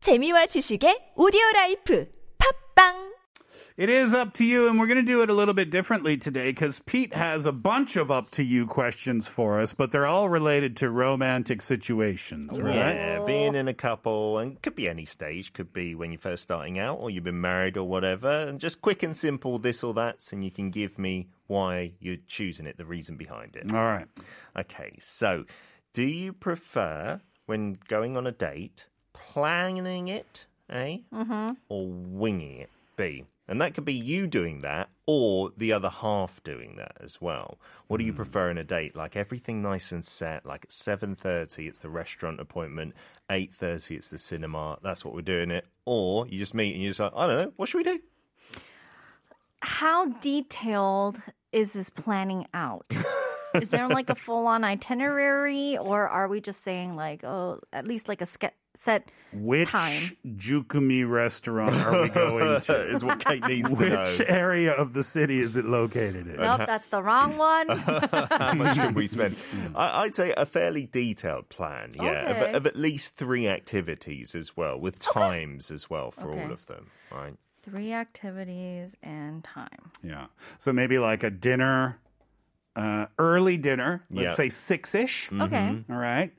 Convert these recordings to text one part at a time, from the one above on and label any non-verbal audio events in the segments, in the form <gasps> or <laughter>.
재미와 지식의 오디오 라이프 팝빵 It is up to you, and we're going to do it a little bit differently today because Pete has a bunch of up to you questions for us, but they're all related to romantic Oh, situations, right? Yeah, being in a couple and could be any stage, could be when you're first starting out or you've been married or whatever, and just quick and simple this or that's, and you can give me why you're choosing it, the reason behind it. All right. Okay, so do you prefer when going on a date planning it, A, or winging it, B? And that could be you doing that or the other half doing that as well. What do you prefer in a date? Like everything nice and set, like at 7:30 it's the restaurant appointment, 8:30 it's the cinema. That's what we're doing it. Or you just meet and you're just like, I don't know, what should we do? <laughs> How detailed is this planning out? is there like a full on itinerary or are we just saying like, oh, at least like a ske- set? Which Time. Jukumi restaurant are we going to? is what Kate needs to know. Which area of the city is it located in? Nope, that's the wrong one. <laughs> how much can we spend? I, I'd say a fairly detailed plan, yeah, Mm. Okay. of, of at least three activities as well, with times as well for all Okay. of them. Right? Three activities and time. Yeah. So maybe like a dinner, uh, early dinner, let's Yeah. say six ish. Okay. All right.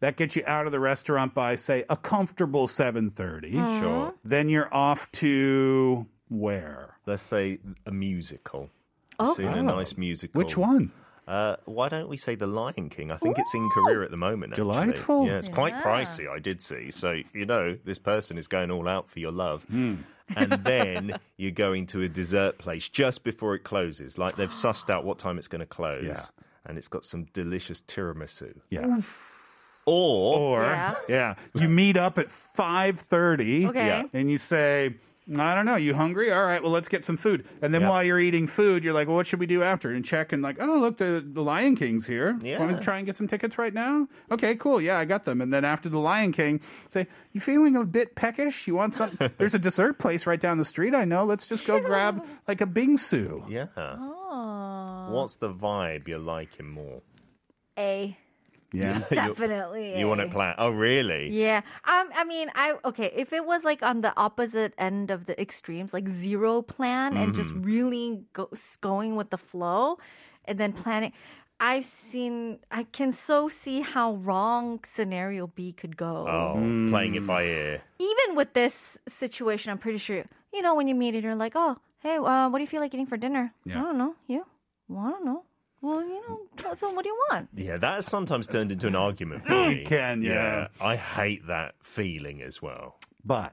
That gets you out of the restaurant by say a comfortable 7:30. Sure. Then you're off to where? Let's say a musical. Oh. Seen a nice musical. Which one? Uh, why don't we say The Lion King? I think it's in Korea at the moment. actually. Delightful. Yeah, it's quite pricey. I did see. So you know, this person is going all out for your love, Hmm. and then <laughs> you're going to a dessert place just before it closes. Like they've sussed out what time it's going to close, Yeah. and it's got some delicious tiramisu. Yeah. Oh. Or Or, yeah. Yeah. you meet up at 5:30 Okay. Yeah. and you say I don't know. You hungry? All right. Well, let's get some food. And then Yeah. while you're eating food, you're like, "Well, what should we do after?" And check and like, "Oh, look, the, the Lion King's here. Yeah. Want to try and get some tickets right now? Okay, cool. Yeah, I got them." And then after the Lion King, say, "You feeling a bit peckish? You want some? There's a dessert place right down the street. I know. Let's just go grab like a bingsu." yeah. Oh. What's the vibe you're liking more? <laughs> A. Yeah. Definitely. You want A. it plan? Oh, really? Yeah. Um. I mean, I okay. If it was like on the opposite end of the extremes, like zero plan and Mm-hmm. just really go, going with the flow, and then planning, I've seen. I can so see how wrong scenario B could go. Oh, Hmm. playing it by ear. Even with this situation, I'm pretty sure you know when you meet it, you're like, oh, hey, uh, what do you feel like eating for dinner? Yeah. I don't know. You? Well, I don't know. Well, you know. So, what do you want? Yeah, that has sometimes turned into an <laughs> argument. for me. can, yeah. I hate that feeling as well. But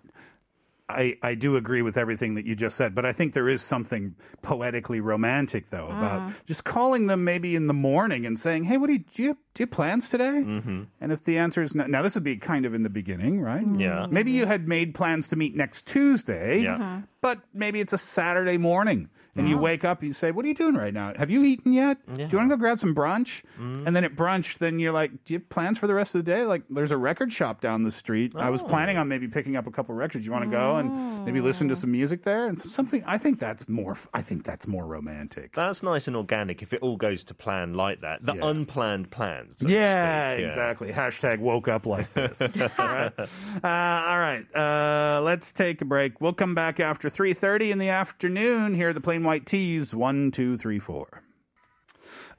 I, I do agree with everything that you just said, but I think there is something poetically romantic, though, about just calling them maybe in the morning and saying, hey, what do you do? You, do you have plans today? Mm-hmm. And if the answer is no, now this would be kind of in the beginning, right? Yeah. Maybe you had made plans to meet next Tuesday, Mm-hmm. Yeah. Mhm. but maybe it's a Saturday morning. And you wake up and you say, What are you doing right now? Have you eaten yet? Do you want to go grab some brunch? And then at brunch, then you're like, Do you have plans for the rest of the day? Like, there's a record shop down the street. I was planning on maybe picking up a couple records. You want to go and maybe listen to some music there? And something, I think that's more, I think that's more romantic. That's nice and organic if it all goes to plan like that. The Yeah. unplanned plans. so to Yeah, speak, exactly. Hashtag woke up like this. all right. Uh, all right. Uh, let's take a break. We'll come back after 3.30 in the afternoon. Here are the plain white teas. One, two, three, four.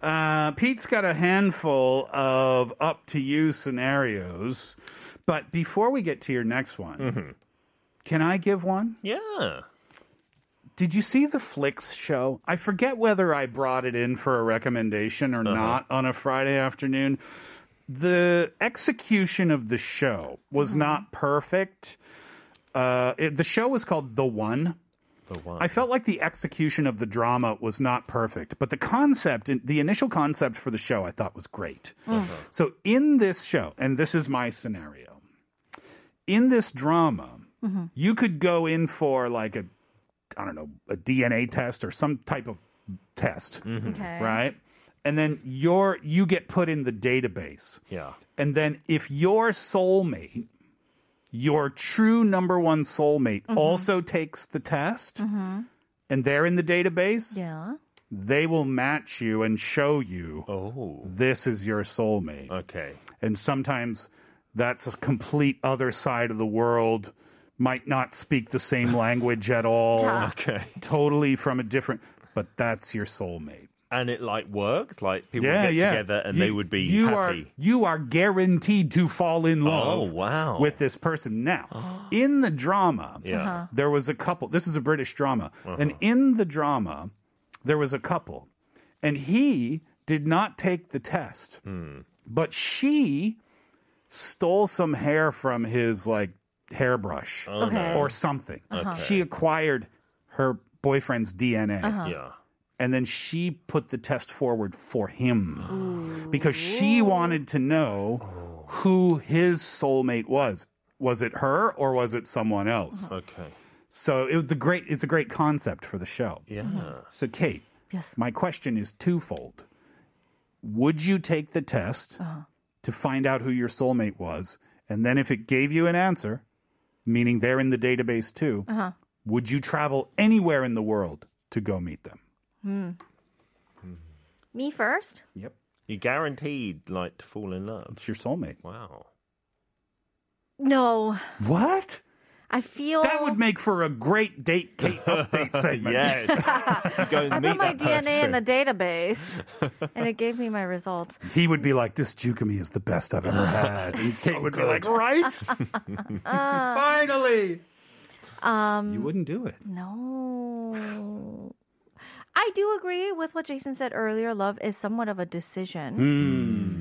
Uh, Pete's got a handful of up to you scenarios. But before we get to your next one, can I give one? Yeah. Did you see the Flicks show? I forget whether I brought it in for a recommendation or not on a Friday afternoon. The execution of the show was not perfect. Uh, it, the show was called The One. The one. I felt like the execution of the drama was not perfect, but the concept, the initial concept for the show, I thought was great. So, in this show, and this is my scenario, in this drama, you could go in for like a, I don't know, a DNA test or some type of test, Okay. right? And then your you get put in the database. yeah. And then if your soulmate, your true number one soulmate, also takes the test and they're in the database, Yeah. they will match you and show you Oh. this is your soulmate. Okay. <laughs> And sometimes that's a complete other side of the world, might not speak the <laughs> same language at all, Okay. totally from a different, but that's your soulmate. And it like worked. Like people Yeah, would get yeah. together and You- they would be you Are, happy. Oh, you are guaranteed to fall in love. wow. With this person <gasps> now, <gasps> in the drama, Yeah. Uh-huh. there was a couple. This is a British drama, and in the drama, there was a couple, and he did not take the test, Hmm. but she stole some hair from his like hairbrush Oh, Okay. or something. She acquired her boyfriend's DNA Uh-huh. Yeah. and then she put the test forward for him because she wanted to know who his soulmate was. Was it her or was it someone else? Okay. So it was the great. It's a great concept for the show. Yeah. So Kate, Yes. my question is twofold: Would you take the test to find out who your soulmate was, and then if it gave you an answer, meaning they're in the database too, would you travel anywhere in the world to go meet them? Me first. Yep, You're guaranteed like to fall in love. it's your soulmate. Wow. No, What? I feel That would make for a great date Kate update <laughs> segment. <laughs> Yes. You Go and I meet <laughs> put my that DNA person. in the database, and it gave me my results. He would be like, This Jukami is the best I've ever <laughs> had. And Kate would be like, Right? Finally. Um, you wouldn't do it. No. I do agree with what Jason said earlier. Love is somewhat of a decision.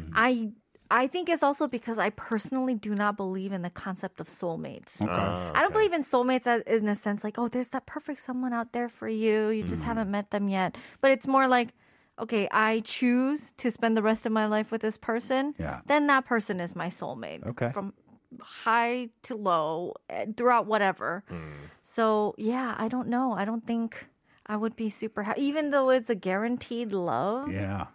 Hmm. I I think it's also because I personally do not believe in the concept of soulmates. Ah, I don't okay. believe in soulmates as, in the sense like, oh, there's that perfect someone out there for you. You just Hmm. haven't met them yet. But it's more like, okay, I choose to spend the rest of my life with this person. Yeah. Then that person is my soulmate. Okay. From high to low, eh, throughout whatever. So yeah, I don't know. I don't think I would be super happy, even though it's a guaranteed love. Yeah.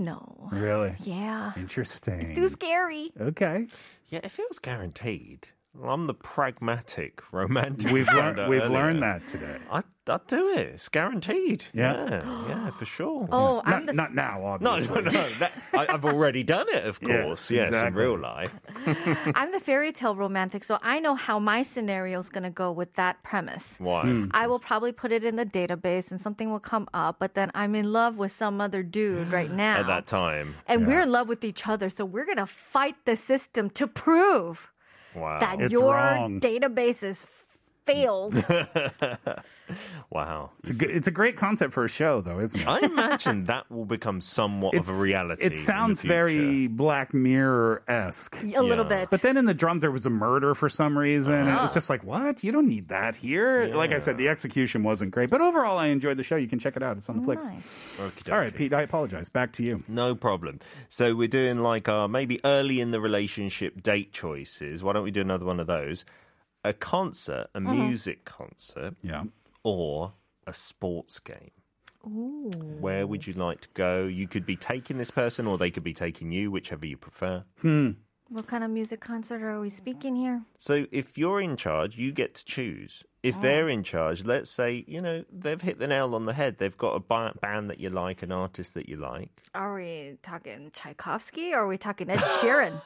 No. Really? Yeah. Interesting. Too scary. okay. Yeah, if it was guaranteed, well, I'm the pragmatic romantic. We've, learned learned. we've learned that today. I'd, I'd do it. It's guaranteed. Yeah. Yeah, yeah, for sure. Oh, Not, I'm the not now, No, obviously. no, no. That, I, I've already done it, of Yes, course. Yes, in exactly. real life. I'm the fairy tale romantic, so I know how my scenario is going to go with that premise. Why? Hmm. I will probably put it in the database and something will come up, but then I'm in love with some other dude <sighs> right now. At that time. and we're in love with each other, so we're going to fight the system to prove Wow. that Uh, It's your wrong. database is <laughs> failed. wow. It's, a, good- it's a great concept for a show, though, isn't it? I imagine that will become somewhat of a It's- reality. in It the sounds future. very Black Mirror esque. a little Yeah. bit. But then in the drum, there was a murder for some reason. and It was just like, what? You don't need that here. Like I said, the execution wasn't great. But overall, I enjoyed the show. You can check it out. It's on the Flix. Nice. Okey-dokey. All right, Pete, I apologize. Back to you. No problem. So we're doing like our maybe early in the relationship date choices. Why don't we do another one of those? A concert, a music concert, Yeah. or a sports game. Where would you like to go? You could be taking this person, or they could be taking you, whichever you prefer. What kind of music concert are we speaking here? So if you're in charge, you get to choose. If they're in charge, let's say, you know, they've hit the nail on the head. They've got a ba- band that you like, an artist that you like. Are we talking Tchaikovsky or are we talking Ed <laughs> Sheeran?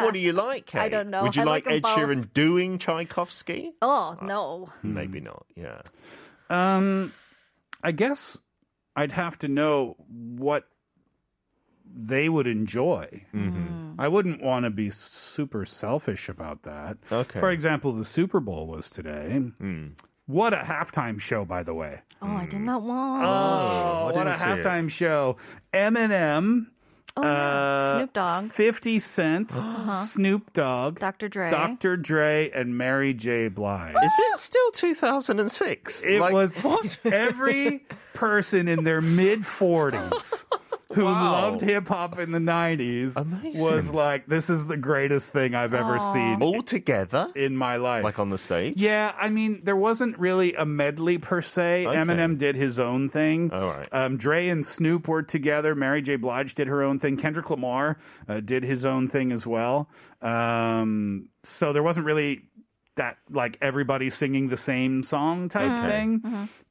what do you like, Kate? Ah, I don't know. Would you I like, Ed like 'em both. Sheeran doing Tchaikovsky? oh, no. Hmm. Maybe not, yeah. Um, I guess I'd have to know what they would enjoy. I wouldn't want to be super selfish about that. Okay. For example, the Super Bowl was today. What a halftime show, by the way. Oh, I Mm. did not want. Oh, I what a didn't see it. halftime show. Eminem, oh, yeah. Snoop Dogg, 50 <gasps> cent Snoop Dogg, Dr. Dre. Dr. Dre, and Mary J. Blige. Is it still 2006? It Like, was <laughs> What? every person in their mid <laughs> 40s who loved hip hop in the 90s Amazing. was like, this is the greatest thing I've ever seen All together? in my life. Like on the stage? Yeah, I mean, there wasn't really a medley per se. Okay. Eminem did his own thing. All right. Um, Dre and Snoop were together. Mary J. Blige did her own thing. Kendrick Lamar uh, did his own thing as well. Um, so there wasn't really that like everybody singing the same song type thing.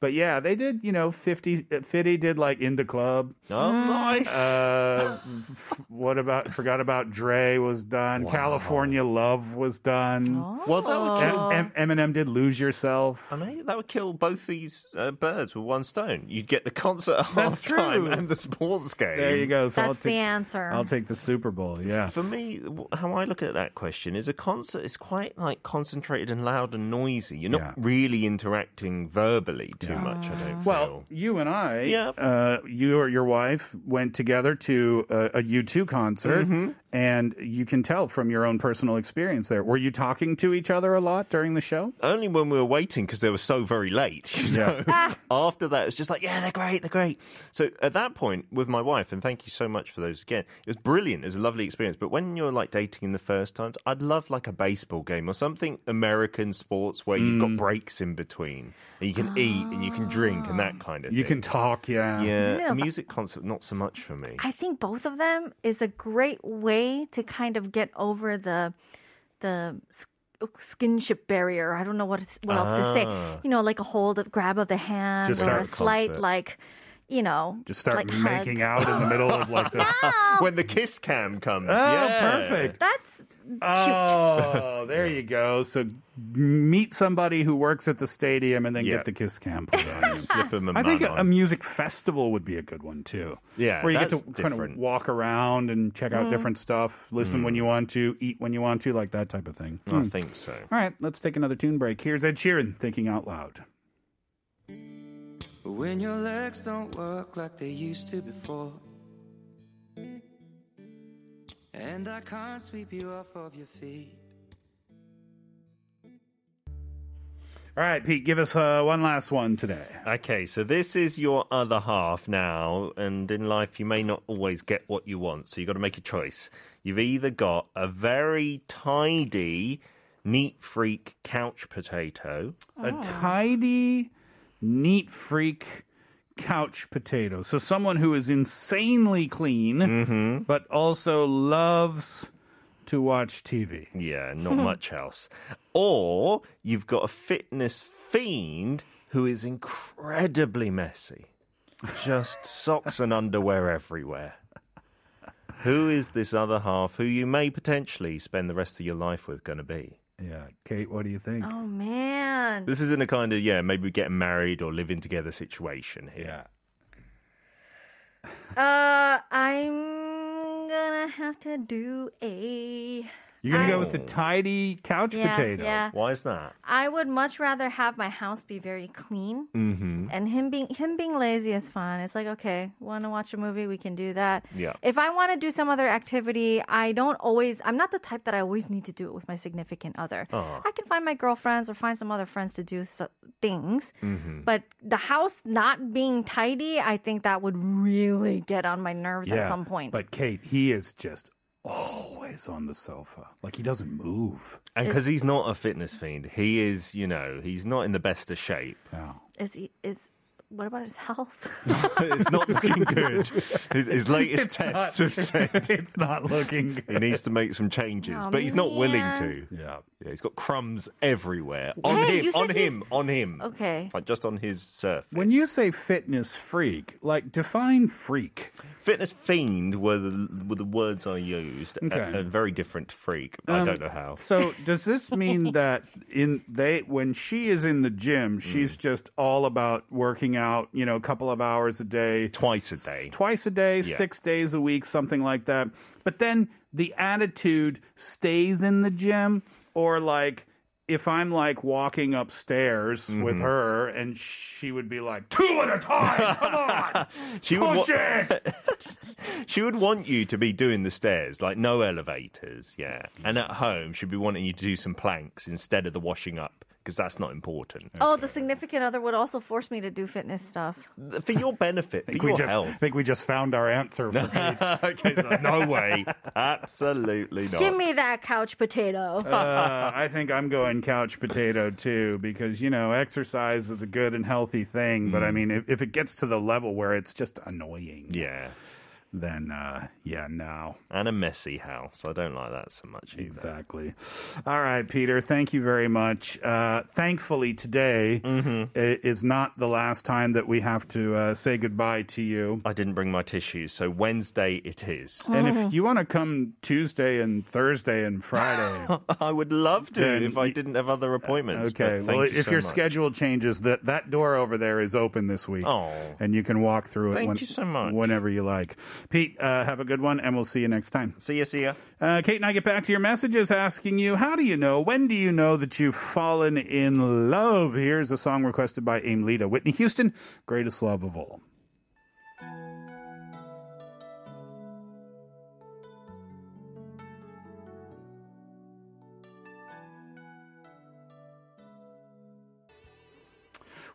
But yeah, they did, you know, 50 uh, 50 did like in the club. Oh, nice. <laughs> Uh, f- what about forgot about Dre was done. California Love was done. well, that would kill. Em- Em- Eminem did Lose Yourself. I mean, that would kill both these uh, birds with one stone. You'd get the concert at That's half time true. and the sports game. There you go. So I'll That's the take, answer. I'll take the Super Bowl. Yeah. For me, w- how I look at that question is a concert is quite like concentrated and loud and noisy. You're not Yeah. really interacting verbally too much. I don't Well, feel. you and I, Yep. uh, you or your wife went together to uh, a, a U2 concert, and you can tell from your own personal experience there. Were you talking to each other a lot during the show? Only when we were waiting because they were so very late. <laughs> you Yeah. know. After that, it's just like, yeah, they're great, they're great. So at that point, with my wife, and thank you so much for those again. It was brilliant. It was a lovely experience. But when you're like dating in the first times, I'd love like a baseball game or something American sports where you've Mm. got breaks in between and you can eat and you can drink and that kind of You thing. can talk, yeah. Yeah, Yeah, a but- music concert, not so much for me. I think both of them is a great way to kind of get over the the s- skinship barrier. I don't know what it's, what else to say. You know, like a hold of grab of the Ah. hand Just or start a a slight concert. like, you know, Just start like making hug. out in the middle of like <laughs> the. when the kiss cam comes. Oh, yeah. perfect. That's Oh, there you go. So meet somebody who works at the stadium and then Yeah. get the kiss cam <laughs> put on you. Slip him a I think man a, a on. music festival would be a good one too. Yeah, where you that's get to kind of different. Mm. walk around and check out different stuff, listen when you want to, eat when you want to, like that type of thing. Hmm. I think so. All right, let's take another tune break. Here's Ed Sheeran thinking out loud. When your legs don't work like they used to before. And I can't sweep you off of your feet. All right, Pete, give us uh, one last one today. Okay, so this is your other half now, and in life you may not always get what you want, so you've got to make a choice. You've either got a very tidy, neat freak couch potato. A tidy, neat freak couch potato. So someone who is insanely clean, Mm-hmm. but also loves to watch TV. Yeah, not much else. Or you've got a fitness fiend who is incredibly messy. Just socks and underwear everywhere. Who is this other half who you may potentially spend the rest of your life with going to be? Yeah, Kate, what do you think? oh man. <laughs> This is in a kind of, yeah, maybe getting married or living together situation here. Yeah. Uh, I'm gonna have to do a. You're gonna I- go with the tidy couch Yeah, potato. yeah. Why is that? I would much rather have my house be very clean, mm-hmm. and him being him being lazy is fine. It's like okay, want to watch a movie? We can do that. Yeah. If I want to do some other activity, I don't always. I'm not the type that I always need to do it with my significant other. I can find my girlfriends or find some other friends to do so- things. But the house not being tidy, I think that would really get on my nerves at some point. But Kate, he is just always on the sofa. Like he doesn't move. And because he's not a fitness fiend, he is, you know, he's not in the best of shape. <laughs> is he is what about his health? <laughs> it's not looking good. His, his <laughs> latest tests have said <laughs> it's not looking good. he needs to make some changes, Oh, but he's not willing man. to. Yeah. Yeah, he's got crumbs everywhere on Hey, him, you on said he's- him, on him. Okay. like just on his surface. When you say fitness freak, like define freak. Fitness fiend were the, were the words I used. A- Okay. Um, A, very different to freak. I don't know how. So does this <laughs> mean that in they when she is in the gym, she's just all about working out, you know, a couple of hours a day. Twice a day. twice a day, Yeah. six days a week, something like that. But then the attitude stays in the gym, or like if I'm like walking upstairs Mm-hmm. with her and she would be like, two at a time, come <laughs> on, She would, push wa- it. she would want you to be doing the stairs, like no elevators. Yeah. And at home, she'd be wanting you to do some planks instead of the washing up because that's not important. Oh, the significant other would also force me to do fitness stuff. For <laughs> your benefit, for we <laughs> your just, health. I think we just found our answer. for <laughs> Kate. okay, so no way. <laughs> Absolutely not. Give me that couch potato. Uh, I think I'm going couch potato too because you know exercise is a good and healthy thing, but I mean if, if it gets to the level where it's just annoying. Mm. Yeah. then uh, yeah, no. and a messy house. I don't like that so much either. Exactly. All right, Peter, thank you very much. Uh, thankfully, today Mm-hmm. i- is not the last time that we have to uh, say goodbye to you. I didn't bring my tissues, so Wednesday <laughs> it is. And if you want to come Tuesday and Thursday and <laughs> Friday, I would love to Then if you- I didn't have other appointments. but okay. thank Well, you if so your much. schedule changes, that that door over there is open this week, Oh. and you can walk through it. Thank you so much. Whenever you like, Pete. Uh, have a good one, and we'll see you next time. See ya, see ya. Uh, Kate and I get back to your messages asking you, how do you know, when do you know that you've fallen in love? Here's a song requested by Aim Lita. Whitney Houston, Greatest Love of All.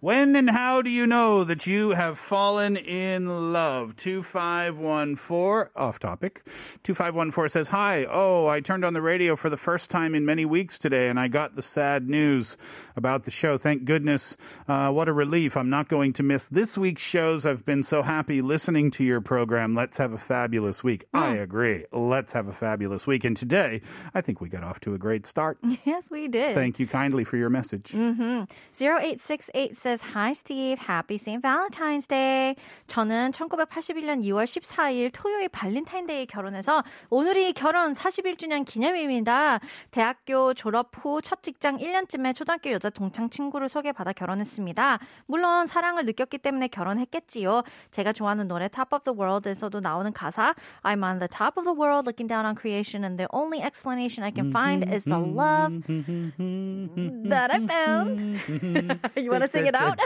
When and how do you know that you have fallen in love? 2514, off topic. 2514 says, Hi, oh, I turned on the radio for the first time in many weeks today and I got the sad news about the show. Thank goodness. Uh, what a relief. I'm not going to miss this week's shows. I've been so happy listening to your program. Let's have a fabulous week. I agree. Let's have a fabulous week. And today, I think we got off to a great start. <laughs> Yes, we did. Thank you kindly for your message. <laughs> 0868 says Hi Steve, Happy St. Valentine's Day. 저는 1981년 2월 14일 토요일 발렌타인데이에 결혼해서 오늘이 결혼 41주년 기념일입니다. 대학교 졸업 후 첫 직장 1년쯤에 초등학교 여자 동창 친구를 소개받아 결혼했습니다. 물론 사랑을 느꼈기 때문에 결혼했겠지요. 제가 좋아하는 노래 Top of the World에서도 나오는 가사 I'm on the top of the world looking down on creation and the only explanation I can find is the love that I found. <laughs> you want to sing <laughs> it out?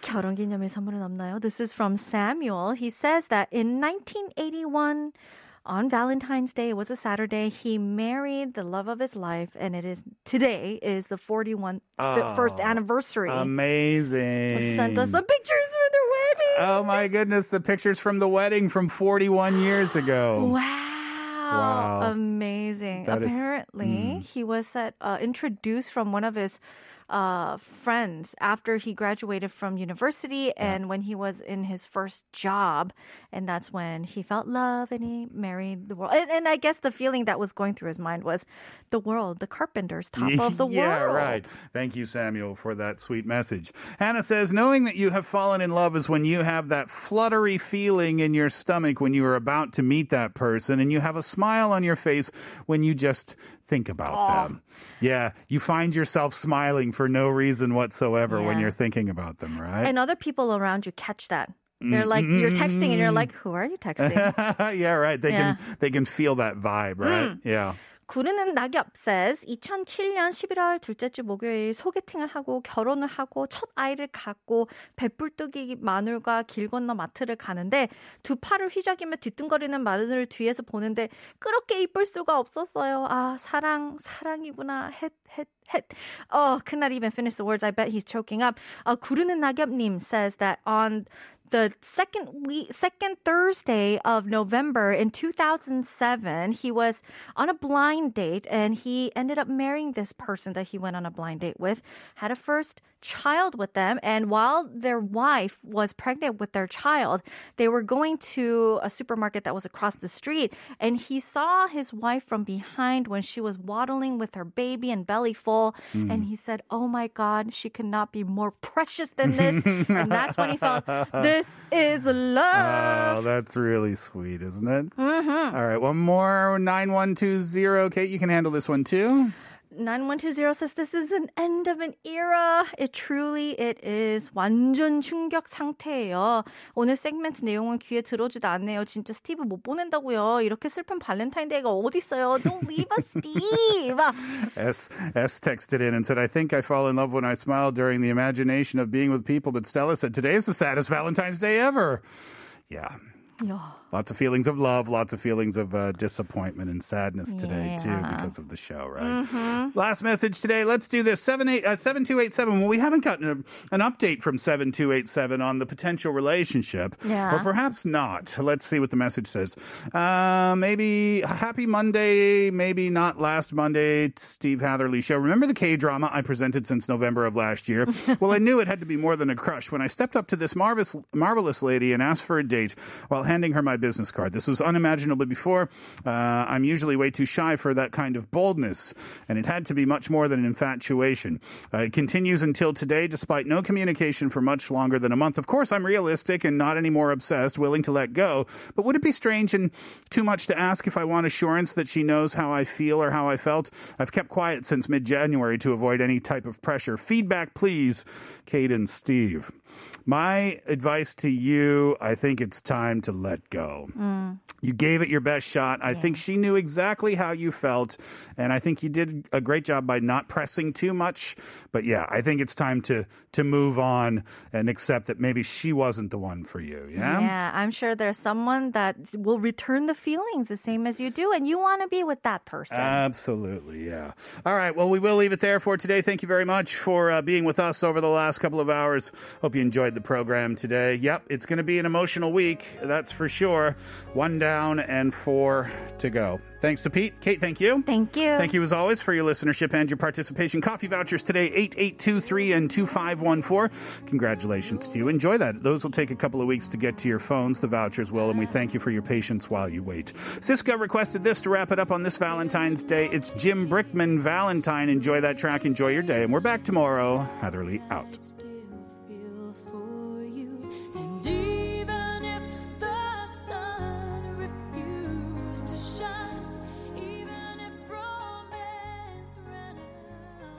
결혼 기념일 선물은 없나요? This is from Samuel. He says that in 1981, on Valentine's Day, it was a Saturday, he married the love of his life, and it is today is the 41 fi- first anniversary. Amazing. Sent us some pictures for their wedding. Oh my goodness, the pictures from the wedding from 41 years ago. Wow. Wow. Amazing. That is- hmm. Apparently, he was at, uh, introduced from one of his uh, friends after he graduated from university and when he was in his first job. And that's when he felt love and he married the world. And, and I guess the feeling that was going through his mind was the world, <laughs> the carpenter's top of the yeah, world. right. Thank you, Samuel, for that sweet message. Hannah says, knowing that you have fallen in love is when you have that fluttery feeling in your stomach when you are about to meet that person, and you have a smile on your face when you just think about them. Yeah, you find yourself smiling for no reason whatsoever when Yeah. you're thinking about them, right? And other people around you catch that. They're Mm, like, you're texting and you're mm-hmm. like, who are you texting? <laughs> yeah, right. They Yeah. can they can feel that vibe, right? Yeah. 구르는 낙엽 says 2007년 11월 둘째 주 목요일 소개팅을 하고 결혼을 하고 첫 아이를 갖고 배불뚝이 마늘과 길 건너 마트를 가는데 두 팔을 휘저기며 뒤뚱거리는 마늘을 뒤에서 보는데 그렇게 이쁠 수가 없었어요. 아 사랑 사랑이구나 헷헷 헷. Oh, could not even finish the words. I bet he's choking up. Uh, 구르는 낙엽님 says that on the second week, second Thursday of November in 2007, he was on a blind date and he ended up marrying this person that he went on a blind date with, had a first child with them, and while their wife was pregnant with their child, they were going to a supermarket that was across the street and he saw his wife from behind when she was waddling with her baby and belly full and he said, "Oh my god, she could not be more precious than this." and that's when he felt this is Oh, love. that's really sweet, isn't it? Mm-hmm. right, one more 9120. Kate, you can handle this one too. 9120 says this is an end of an era. It truly it is. 완전 충격 상태예요. 오늘 세그멘트 내용은 귀에 들어오지도 않네요. 진짜 스티브 못 보낸다고요. 이렇게 슬픈 발렌타인데이가 어디 있어요? Don't leave us, Steve. <laughs> S, S texted in and said, I think I fall in love when I smile during the imagination of being with people. But Stella said, Today is the saddest Valentine's Day ever. Yeah. 야, Lots of feelings of love, lots of feelings of uh, disappointment and sadness today, too, Yeah. Mm-hmm. because of the show, right? Last message today. Let's do this. Seven eight uh, seven two eight seven. Well, we haven't gotten a, an update from seven two eight seven on the potential relationship, Yeah. or perhaps not. Let's see what the message says. Uh, maybe happy Monday. Maybe not last Monday. Steve Hatherley show. Remember the K drama I presented since November of last year? well, I knew it had to be more than a crush when I stepped up to this marvelous marvelous lady and asked for a date while handing her my business card. This was unimaginable before. Uh, I'm usually way too shy for that kind of boldness, and it had to be much more than an infatuation. Uh, it continues until today, despite no communication for much longer than a month. Of course, I'm realistic and not any more obsessed, willing to let go, but would it be strange and too much to ask if I want assurance that she knows how I feel or how I felt? I've kept quiet since mid January to avoid any type of pressure. Feedback, please, Kate and Steve. My advice to you I think it's time to let go. You gave it your best shot. I think she knew exactly how you felt. And I think you did a great job by not pressing too much. But yeah, I think it's time to, to move on and accept that maybe she wasn't the one for you. Yeah. Yeah, I'm sure there's someone that will return the feelings the same as you do, and you want to be with that person. Absolutely, yeah. All right, well, we will leave it there for today. Thank you very much for uh, being with us over the last couple of hours. Hope you enjoyed the program today. Yep, it's going to be an emotional week, that's for sure. One down and four to go. Thanks to Pete. Kate, thank you. Thank you. Thank you as always for your listenership and your participation. Coffee vouchers today, 8823 and 2514. Congratulations to you. Enjoy that. Those will take a couple of weeks to get to your phones. The vouchers will, and we thank you for your patience while you wait. Cisco requested this to wrap it up on this Valentine's Day. It's Jim Brickman Valentine. Enjoy that track. Enjoy your day. And we're back tomorrow. Hatherley out. Still